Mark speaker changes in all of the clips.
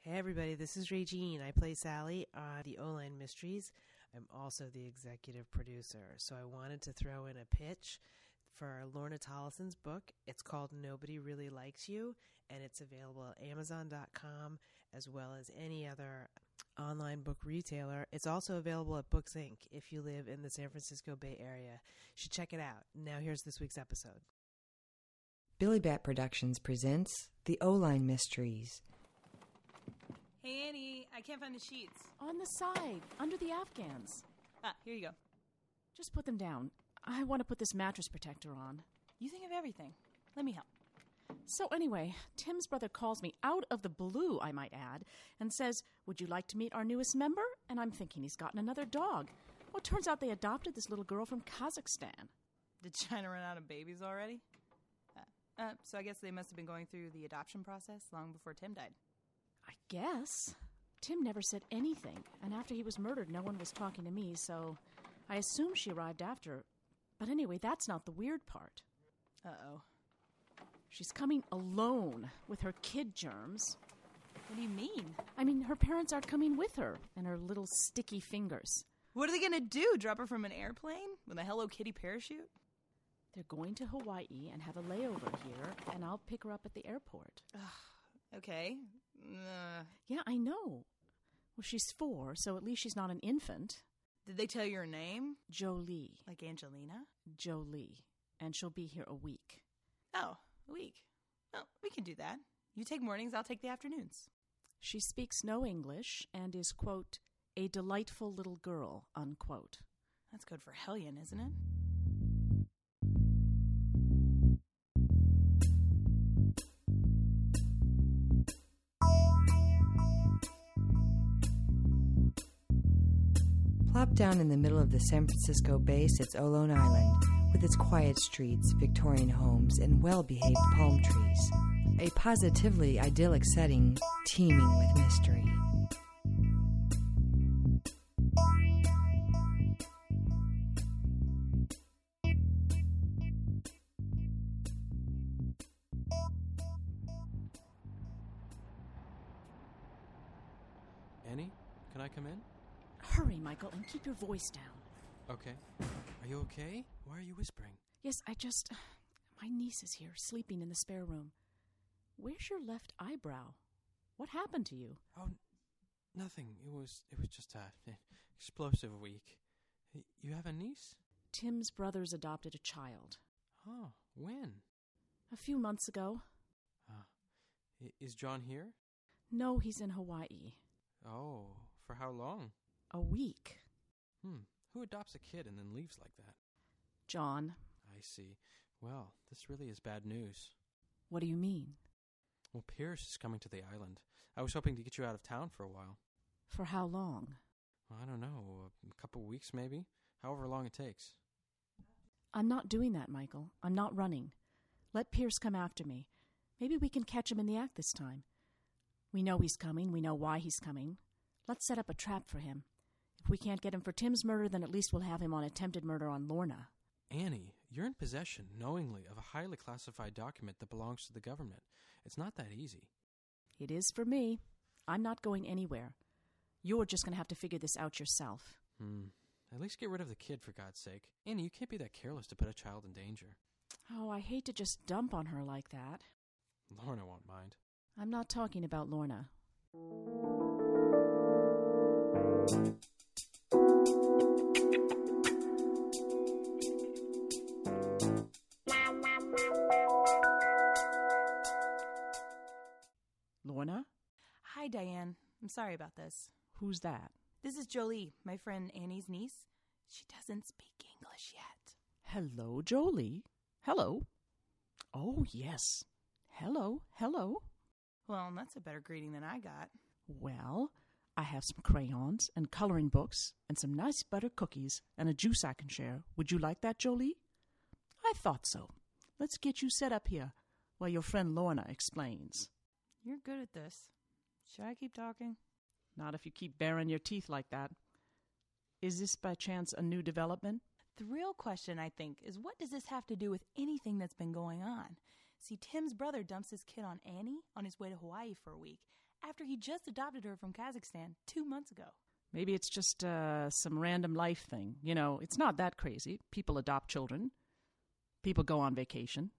Speaker 1: Hey everybody, this is Regine. I play Sally on the O Line Mysteries. I'm also the executive producer, so I wanted to throw in a pitch for Lorna Tollison's book. It's called Nobody Really Likes You, and it's available at Amazon.com as well as any other online book retailer. It's also available at Books Inc. if you live in the San Francisco Bay Area. You should check it out. Now here's this week's episode.
Speaker 2: Billy Bat Productions presents The O Line Mysteries.
Speaker 3: Hey, Annie, I can't find the sheets.
Speaker 4: On the side, under the Afghans.
Speaker 3: Ah, here you go.
Speaker 4: Just put them down. I want to put this mattress protector on.
Speaker 3: You think of everything. Let me help.
Speaker 4: So, anyway, Tim's brother calls me out of the blue, I might add, and says, Would you like to meet our newest member? And I'm thinking he's gotten another dog. Well, it turns out they adopted this little girl from Kazakhstan.
Speaker 3: Did China run out of babies already? Uh, uh, so I guess they must have been going through the adoption process long before Tim died.
Speaker 4: I guess. Tim never said anything, and after he was murdered, no one was talking to me, so I assume she arrived after. But anyway, that's not the weird part.
Speaker 3: Uh oh.
Speaker 4: She's coming alone with her kid germs.
Speaker 3: What do you mean?
Speaker 4: I mean, her parents aren't coming with her, and her little sticky fingers.
Speaker 3: What are they gonna do? Drop her from an airplane with a Hello Kitty parachute?
Speaker 4: They're going to Hawaii and have a layover here, and I'll pick her up at the airport.
Speaker 3: Okay. Uh,
Speaker 4: Yeah, I know. Well, she's four, so at least she's not an infant.
Speaker 3: did they tell you her name?
Speaker 4: Jolie.
Speaker 3: Like Angelina?
Speaker 4: Jolie. And she'll be here a week.
Speaker 3: Oh, a week. Oh, we can do that. You take mornings, I'll take the afternoons.
Speaker 4: She speaks no English and is, quote, a delightful little girl, unquote.
Speaker 3: That's good for Hellion, isn't it?
Speaker 2: Plopped down in the middle of the San Francisco Bay sits Olone Island, with its quiet streets, Victorian homes, and well behaved palm trees. A positively idyllic setting teeming with mystery.
Speaker 5: Annie, can I come in?
Speaker 4: Hurry, Michael, and keep your voice down.
Speaker 5: Okay. Are you okay? Why are you whispering?
Speaker 4: Yes, I just. My niece is here, sleeping in the spare room. Where's your left eyebrow? What happened to you?
Speaker 5: Oh, n- nothing. It was it was just a an explosive week. Y- You have a niece?
Speaker 4: Tim's brothers adopted a child.
Speaker 5: Oh, when?
Speaker 4: A few months ago.
Speaker 5: Uh, i- is John here?
Speaker 4: No, he's in Hawaii.
Speaker 5: Oh, for how long?
Speaker 4: A week.
Speaker 5: Hmm. Who adopts a kid and then leaves like that?
Speaker 4: John,
Speaker 5: I see. Well, this really is bad news.
Speaker 4: what do you mean?
Speaker 5: Well, Pierce is coming to the island. I was hoping to get you out of town for a while.
Speaker 4: For how long?
Speaker 5: I don't know, a couple weeks maybe, however long it takes.
Speaker 4: I'm not doing that, Michael. I'm not running. Let Pierce come after me. Maybe we can catch him in the act this time. We know he's coming. We know why he's coming. Let's set up a trap for him. If we can't get him for Tim's murder, then at least we'll have him on attempted murder on Lorna.
Speaker 5: Annie, you're in possession, knowingly, of a highly classified document that belongs to the government. It's not that easy.
Speaker 4: It is for me. I'm not going anywhere. You're just going to have to figure this out yourself.
Speaker 5: Hmm. At least get rid of the kid, for God's sake. Annie, you can't be that careless to put a child in danger.
Speaker 4: Oh, I hate to just dump on her like that.
Speaker 5: Lorna won't
Speaker 6: I'm not talking about Lorna. Lorna?
Speaker 3: Hi, Diane. I'm sorry about this.
Speaker 6: Who's that?
Speaker 3: This is Jolie, my friend Annie's niece. She doesn't speak English yet.
Speaker 6: Hello, Jolie. Hello. Oh, yes. Hello, hello.
Speaker 3: Well, that's a better greeting than I got.
Speaker 6: Well, I have some crayons and coloring books and some nice butter cookies and a juice I can share. Would you like that, Jolie? I thought so. Let's get you set up here while your friend Lorna explains.
Speaker 3: You're good at this. Should I keep talking?
Speaker 6: Not if you keep baring your teeth like that. Is this by chance a new development?
Speaker 3: The real question, I think, is what does this have to do with anything that's been going on? See, Tim's brother dumps his kid on Annie on his way to Hawaii for a week after he just adopted her from Kazakhstan two months ago.
Speaker 6: Maybe it's just uh, some random life thing. You know, it's not that crazy. People adopt children, people go on vacation.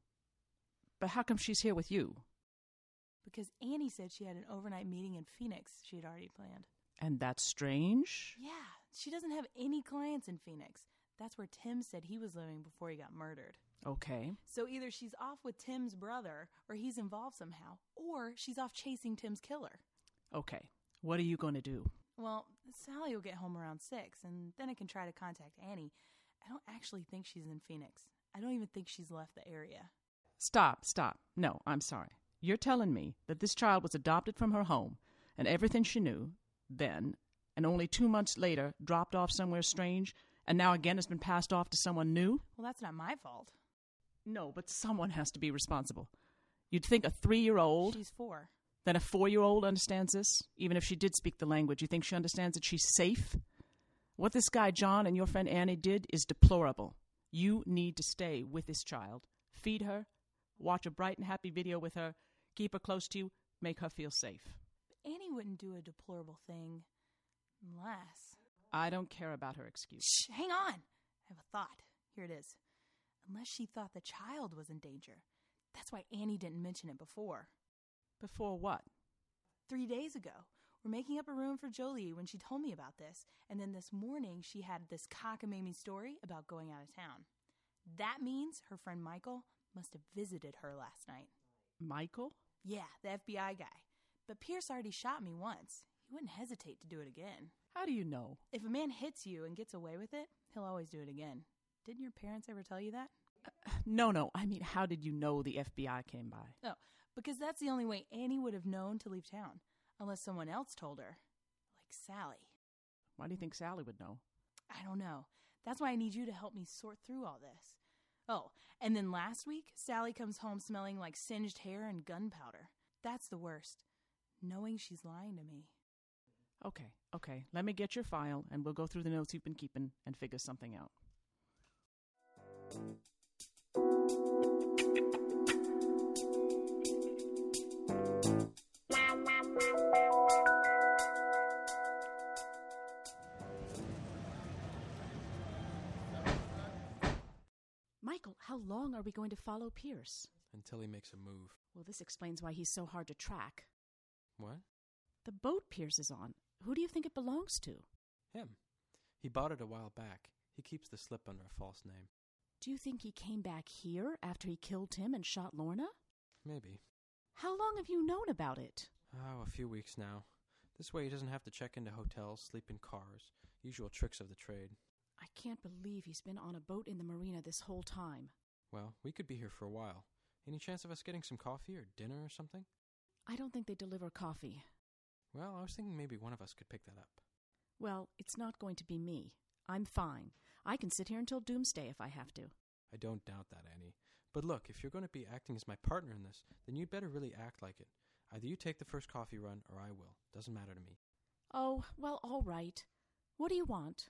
Speaker 6: But how come she's here with you?
Speaker 3: Because Annie said she had an overnight meeting in Phoenix she had already planned.
Speaker 6: And that's strange.
Speaker 3: Yeah, she doesn't have any clients in Phoenix. That's where Tim said he was living before he got murdered.
Speaker 6: Okay.
Speaker 3: So either she's off with Tim's brother, or he's involved somehow, or she's off chasing Tim's killer.
Speaker 6: Okay. What are you going to do?
Speaker 3: Well, Sally will get home around six, and then I can try to contact Annie. I don't actually think she's in Phoenix. I don't even think she's left the area.
Speaker 6: Stop, stop. No, I'm sorry. You're telling me that this child was adopted from her home and everything she knew then, and only two months later dropped off somewhere strange, and now again has been passed off to someone new?
Speaker 3: Well, that's not my fault.
Speaker 6: No, but someone has to be responsible. You'd think a three year old,
Speaker 3: She's four.
Speaker 6: then a four year old understands this? Even if she did speak the language, you think she understands that she's safe? What this guy John and your friend Annie did is deplorable. You need to stay with this child, feed her, watch a bright and happy video with her, keep her close to you, make her feel safe.
Speaker 3: Annie wouldn't do a deplorable thing. Unless.
Speaker 6: I don't care about her excuse.
Speaker 3: Shh, hang on. I have a thought. Here it is. Unless she thought the child was in danger. That's why Annie didn't mention it before.
Speaker 6: Before what?
Speaker 3: Three days ago, we're making up a room for Jolie when she told me about this, and then this morning she had this cockamamie story about going out of town. That means her friend Michael must have visited her last night.
Speaker 6: Michael?
Speaker 3: Yeah, the FBI guy. But Pierce already shot me once. He wouldn't hesitate to do it again.
Speaker 6: How do you know?
Speaker 3: If a man hits you and gets away with it, he'll always do it again. Didn't your parents ever tell you that?
Speaker 6: No, no, I mean, how did you know the FBI came by?
Speaker 3: Oh, because that's the only way Annie would have known to leave town, unless someone else told her. Like Sally.
Speaker 6: Why do you think Sally would know?
Speaker 3: I don't know. That's why I need you to help me sort through all this. Oh, and then last week, Sally comes home smelling like singed hair and gunpowder. That's the worst. Knowing she's lying to me.
Speaker 6: Okay, okay. Let me get your file and we'll go through the notes you've been keeping and figure something out. Michael, how long are we going to follow Pierce?
Speaker 5: until he makes a move.
Speaker 6: Well, this explains why he's so hard to track.
Speaker 5: What?
Speaker 6: The boat Pierce is on. Who do you think it belongs to?
Speaker 5: Him. He bought it a while back. He keeps the slip under a false name.
Speaker 6: Do you think he came back here after he killed Tim and shot Lorna?
Speaker 5: Maybe.
Speaker 6: How long have you known about it?
Speaker 5: Oh, a few weeks now. This way he doesn't have to check into hotels, sleep in cars. Usual tricks of the trade.
Speaker 6: I can't believe he's been on a boat in the marina this whole time.
Speaker 5: Well, we could be here for a while. Any chance of us getting some coffee or dinner or something?
Speaker 6: I don't think they deliver coffee.
Speaker 5: Well, I was thinking maybe one of us could pick that up.
Speaker 6: Well, it's not going to be me. I'm fine. I can sit here until doomsday if I have to.
Speaker 5: I don't doubt that, Annie. But look, if you're going to be acting as my partner in this, then you'd better really act like it. Either you take the first coffee run or I will. Doesn't matter to me.
Speaker 6: Oh, well, all right. What do you want?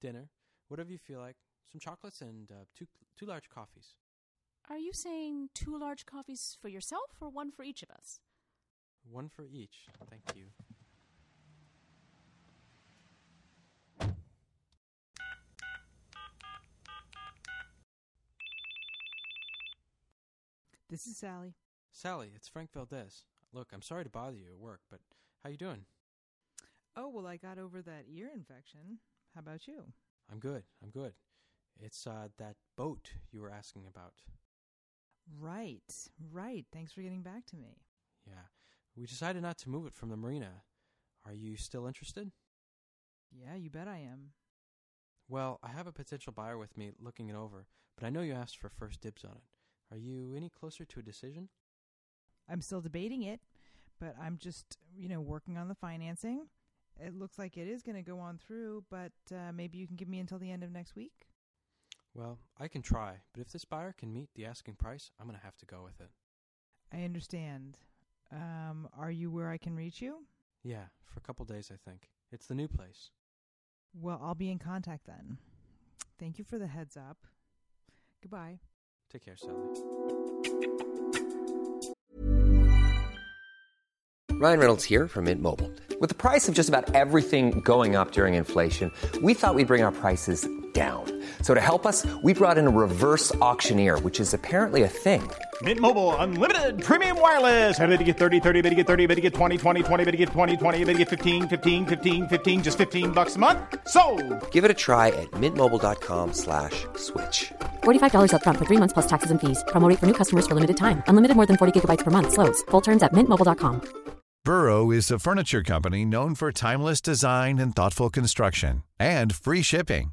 Speaker 5: Dinner, whatever you feel like, some chocolates and uh, two two large coffees.
Speaker 6: Are you saying two large coffees for yourself or one for each of us?
Speaker 5: One for each. Thank you.
Speaker 7: This is Sally.
Speaker 5: Sally, it's Frank Valdez. Look, I'm sorry to bother you at work, but how you doing?
Speaker 8: Oh, well, I got over that ear infection. How about you?
Speaker 5: I'm good. I'm good. It's uh that boat you were asking about.
Speaker 8: Right, right. Thanks for getting back to me.
Speaker 5: Yeah. We decided not to move it from the marina. Are you still interested?
Speaker 8: Yeah, you bet I am.
Speaker 5: Well, I have a potential buyer with me looking it over, but I know you asked for first dibs on it. Are you any closer to a decision?
Speaker 8: I'm still debating it, but I'm just, you know, working on the financing. It looks like it is going to go on through, but uh, maybe you can give me until the end of next week.
Speaker 5: Well, I can try, but if this buyer can meet the asking price, I'm going to have to go with it.
Speaker 8: I understand. Um, are you where I can reach you?
Speaker 5: Yeah, for a couple days, I think. It's the new place.
Speaker 8: Well, I'll be in contact then. Thank you for the heads up. Goodbye.
Speaker 5: Take care, Sally.
Speaker 9: Ryan Reynolds here from Mint Mobile. With the price of just about everything going up during inflation, we thought we'd bring our prices down. So to help us, we brought in a reverse auctioneer, which is apparently a thing.
Speaker 10: Mint Mobile unlimited premium wireless. Ready to get 30, 30, bet you get 30, bet you get 20, 20, 20, bet you get 20, 20, bet you get 15, 15, 15, 15 just 15 bucks a month. So,
Speaker 9: Give it a try at mintmobile.com slash switch.
Speaker 11: $45 up front for three months plus taxes and fees. Promo rate for new customers for limited time. Unlimited more than 40 gigabytes per month. Slows. Full terms at mintmobile.com.
Speaker 12: Burrow is a furniture company known for timeless design and thoughtful construction and free shipping,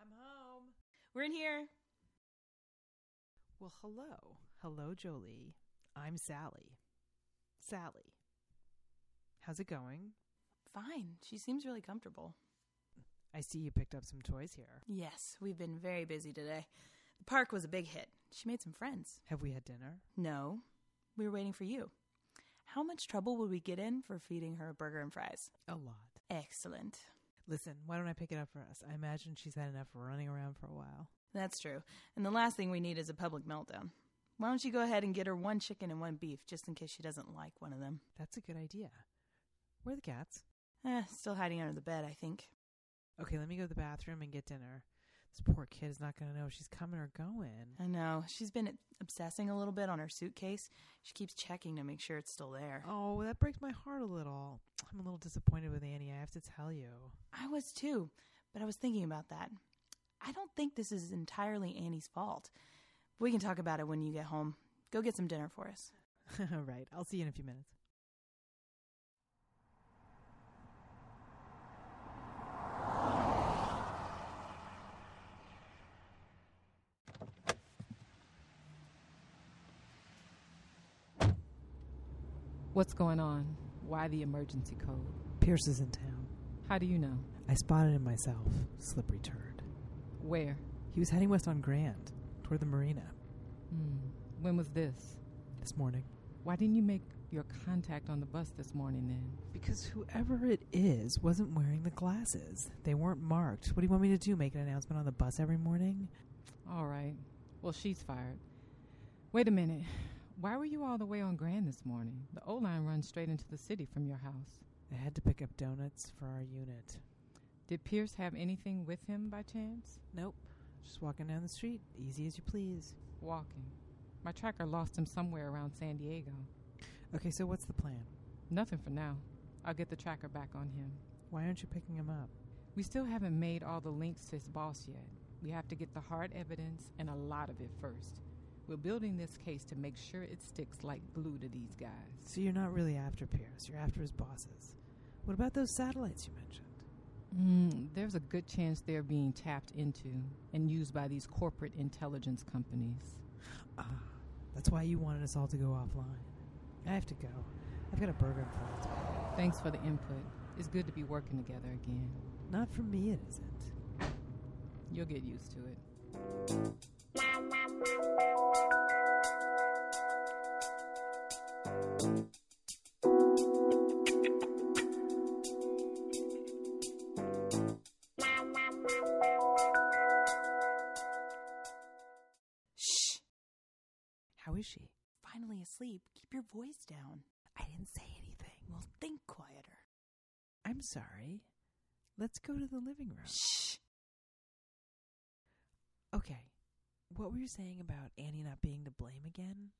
Speaker 13: I'm home.
Speaker 3: We're in here.
Speaker 13: Well, hello. Hello, Jolie. I'm Sally. Sally. How's it going?
Speaker 3: Fine. She seems really comfortable.
Speaker 13: I see you picked up some toys here.
Speaker 3: Yes, we've been very busy today. The park was a big hit. She made some friends.
Speaker 13: Have we had dinner?
Speaker 3: No, we were waiting for you. How much trouble would we get in for feeding her a burger and fries?
Speaker 13: A lot.
Speaker 3: Excellent.
Speaker 13: Listen, why don't I pick it up for us? I imagine she's had enough running around for a while.
Speaker 3: That's true. And the last thing we need is a public meltdown. Why don't you go ahead and get her one chicken and one beef just in case she doesn't like one of them?
Speaker 13: That's a good idea. Where are the cats?
Speaker 3: Eh, still hiding under the bed, I think.
Speaker 13: Okay, let me go to the bathroom and get dinner. This poor kid is not going to know if she's coming or going.
Speaker 3: I know. She's been obsessing a little bit on her suitcase. She keeps checking to make sure it's still there.
Speaker 13: Oh, that breaks my heart a little. I'm a little disappointed with Annie, I have to tell you.
Speaker 3: I was too, but I was thinking about that. I don't think this is entirely Annie's fault. We can talk about it when you get home. Go get some dinner for us.
Speaker 13: All right, I'll see you in a few minutes.
Speaker 14: What's going on? Why the emergency code?
Speaker 13: Pierce is in town.
Speaker 14: How do you know?
Speaker 13: I spotted him myself. Slippery turd.
Speaker 14: Where?
Speaker 13: He was heading west on Grand, toward the marina.
Speaker 14: Hmm. When was this?
Speaker 15: This morning.
Speaker 14: Why didn't you make your contact on the bus this morning then?
Speaker 13: Because whoever it is wasn't wearing the glasses. They weren't marked. What do you want me to do? Make an announcement on the bus every morning?
Speaker 14: All right. Well, she's fired. Wait a minute. Why were you all the way on Grand this morning? The O line runs straight into the city from your house.
Speaker 13: I had to pick up donuts for our unit.
Speaker 14: Did Pierce have anything with him by chance?
Speaker 13: Nope. Just walking down the street, easy as you please.
Speaker 14: Walking. My tracker lost him somewhere around San Diego.
Speaker 13: Okay, so what's the plan?
Speaker 14: Nothing for now. I'll get the tracker back on him.
Speaker 13: Why aren't you picking him up?
Speaker 14: We still haven't made all the links to his boss yet. We have to get the hard evidence and a lot of it first. We're building this case to make sure it sticks like glue to these guys.
Speaker 13: So you're not really after Pierce, you're after his bosses. What about those satellites you mentioned?
Speaker 14: Mm, there's a good chance they're being tapped into and used by these corporate intelligence companies.
Speaker 13: Ah, that's why you wanted us all to go offline. I have to go. I've got a burger in front of
Speaker 14: Thanks for the input. It's good to be working together again.
Speaker 13: Not for me, it isn't.
Speaker 14: You'll get used to it.
Speaker 3: Shh.
Speaker 13: How is she?
Speaker 3: Finally asleep. Keep your voice down.
Speaker 13: I didn't say anything.
Speaker 3: Well, think quieter.
Speaker 13: I'm sorry. Let's go to the living room.
Speaker 3: Shh.
Speaker 13: Okay. What were you saying about Annie not being to blame again?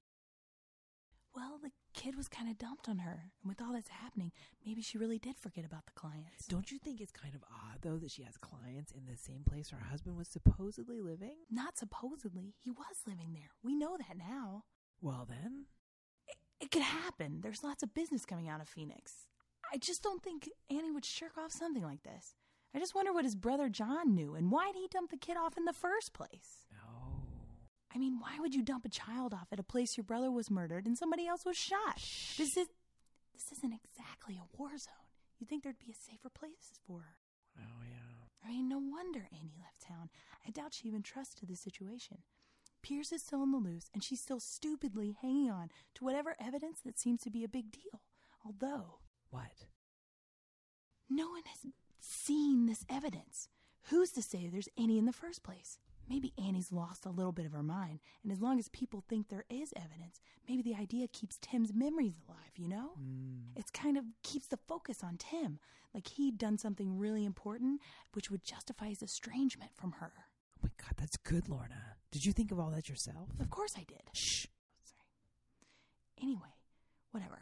Speaker 3: Well, the kid was kind of dumped on her. And with all that's happening, maybe she really did forget about the clients.
Speaker 13: Don't you think it's kind of odd, though, that she has clients in the same place her husband was supposedly living?
Speaker 3: Not supposedly. He was living there. We know that now.
Speaker 13: Well, then.
Speaker 3: It could happen. There's lots of business coming out of Phoenix. I just don't think Annie would shirk off something like this. I just wonder what his brother John knew and why'd he dump the kid off in the first place?
Speaker 13: No.
Speaker 3: I mean, why would you dump a child off at a place your brother was murdered and somebody else was shot? This is this isn't exactly a war zone. You'd think there'd be a safer place for her.
Speaker 13: Oh, yeah.
Speaker 3: I mean, no wonder Annie left town. I doubt she even trusted the situation. Pierce is still on the loose, and she's still stupidly hanging on to whatever evidence that seems to be a big deal. Although,
Speaker 13: What?
Speaker 3: no one has seen this evidence. Who's to say there's any in the first place? Maybe Annie's lost a little bit of her mind, and as long as people think there is evidence, maybe the idea keeps Tim's memories alive, you know? It's kind of keeps the focus on Tim, like he'd done something really important which would justify his estrangement from her.
Speaker 13: Oh, my God, that's good, Lorna. Did you think of all that yourself?
Speaker 3: Of course I did. Shh. Sorry. Anyway, whatever.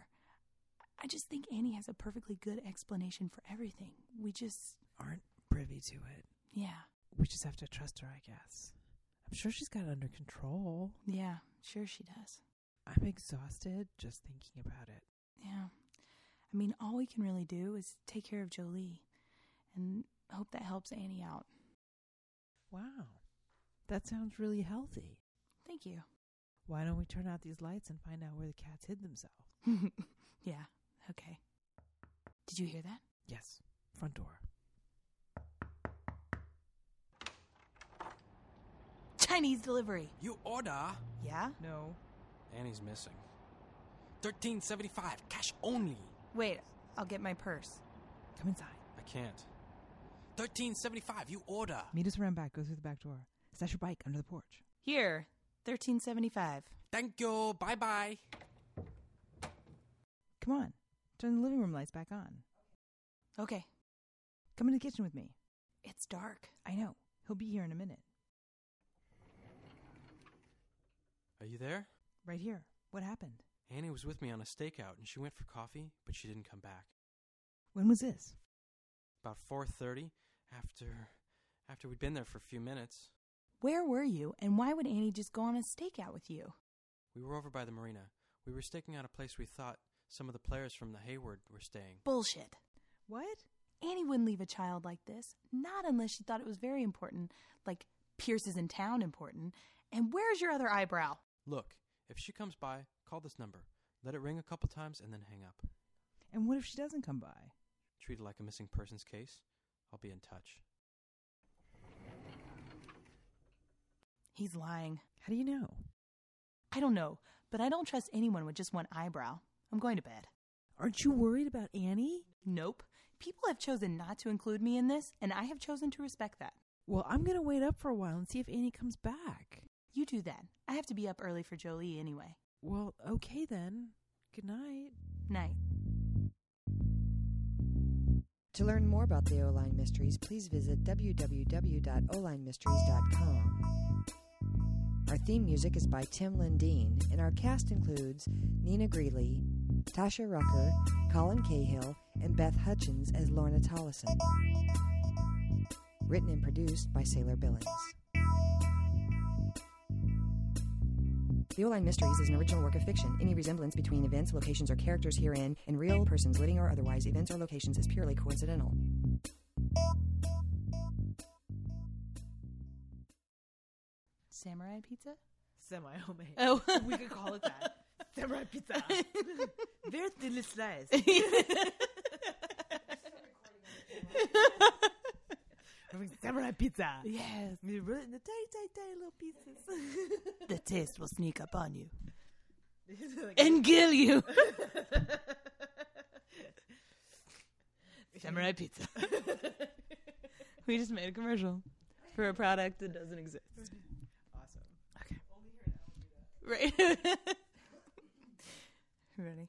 Speaker 3: I just think Annie has a perfectly good explanation for everything. We just,
Speaker 13: Aren't privy to it.
Speaker 3: yeah,
Speaker 13: We just have to trust her, I guess. I'm sure she's got it under control.
Speaker 3: yeah, sure she does.
Speaker 13: I'm exhausted just thinking about it.
Speaker 3: Yeah. I mean, all we can really do is take care of Jolie and hope that helps Annie out.
Speaker 13: Wow. That sounds really healthy.
Speaker 3: Thank you.
Speaker 13: Why don't we turn out these lights and find out where the cats hid themselves?
Speaker 3: yeah, okay. Did you hear that?
Speaker 13: Yes. Front door.
Speaker 3: Chinese delivery.
Speaker 5: You order?
Speaker 3: Yeah?
Speaker 13: No.
Speaker 5: Annie's missing. 1375 cash only.
Speaker 3: Wait, I'll get my purse.
Speaker 13: Come inside.
Speaker 5: I can't. 1375 you order.
Speaker 13: Meet us around back. Go through the back door. Stash your bike under the porch.
Speaker 3: Here, 1375.
Speaker 5: Thank you. Bye-bye.
Speaker 13: Come on. Turn the living room lights back on.
Speaker 3: Okay,
Speaker 13: Come in the kitchen with me.
Speaker 3: it's dark.
Speaker 13: I know. He'll be here in a minute.
Speaker 5: Are you there?
Speaker 13: Right here. What happened?
Speaker 5: Annie was with me on a stakeout and she went for coffee, but she didn't come back.
Speaker 13: When was this?
Speaker 5: About 4:30 after after we'd been there for a few minutes,
Speaker 3: Where were you, and why would Annie just go on a stakeout with you?
Speaker 5: we were over by the marina. We were staking out a place we thought some of the players from the Hayward were staying.
Speaker 3: Bullshit.
Speaker 13: What?
Speaker 3: Annie wouldn't leave a child like this, not unless she thought it was very important, like Pierce is in town important. And where's your other eyebrow?
Speaker 5: Look, if she comes by, call this number. Let it ring a couple times and then hang up.
Speaker 13: And what if she doesn't come by?
Speaker 5: Treat it like a missing persons case. I'll be in touch.
Speaker 3: He's lying.
Speaker 13: How do you know?
Speaker 3: I don't know, but I don't trust anyone with just one eyebrow. I'm going to bed.
Speaker 15: Aren't you worried about Annie?
Speaker 3: Nope. People have chosen not to include me in this, and I have chosen to respect that.
Speaker 15: Well, I'm going to wait up for a while and see if Annie comes back.
Speaker 3: You do that. I have to be up early for Jolie anyway.
Speaker 15: Well, okay then. Good night.
Speaker 3: Night.
Speaker 2: To learn more about the O-Line Mysteries, please visit www.olinemysteries.com. Our theme music is by Tim Lindeen, and our cast includes Nina Greeley, Tasha Rucker, Colin Cahill, and Beth Hutchins as Lorna Tollison. Written and produced by Sailor Billings. The O-Line Mysteries is an original work of fiction. Any resemblance between events, locations, or characters herein and real persons living or otherwise, events or locations is purely coincidental.
Speaker 3: Samurai pizza?
Speaker 1: Semi homemade.
Speaker 3: Oh.
Speaker 1: we could call it that. Samurai pizza. Very thinly sliced. Having samurai pizza.
Speaker 3: Yes.
Speaker 1: You Really, the tiny, tiny, tiny little pieces.
Speaker 3: The taste will sneak up on you.
Speaker 1: And
Speaker 3: kill you.
Speaker 1: Samurai pizza.
Speaker 3: we just made a commercial for a product that doesn't exist.
Speaker 1: awesome.
Speaker 3: Right. Ready?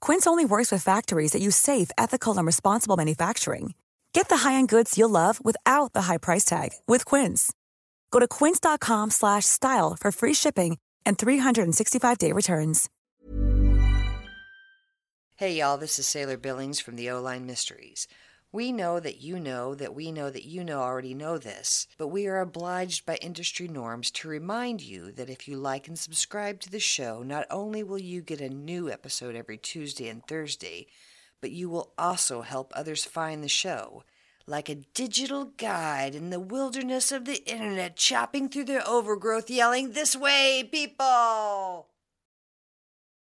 Speaker 16: Quince only works with factories that use safe, ethical, and responsible manufacturing. Get the high-end goods you'll love without the high price tag with Quince. Go to quince.com slash style for free shipping and 365-day returns.
Speaker 2: Hey y'all, this is Sailor Billings from the O-Line Mysteries. We know that you know that we know that you know already know this, but we are obliged by industry norms to remind you that if you like and subscribe to the show, not only will you get a new episode every Tuesday and Thursday, but you will also help others find the show. Like a digital guide in the wilderness of the internet, chopping through the overgrowth, yelling, This way, people!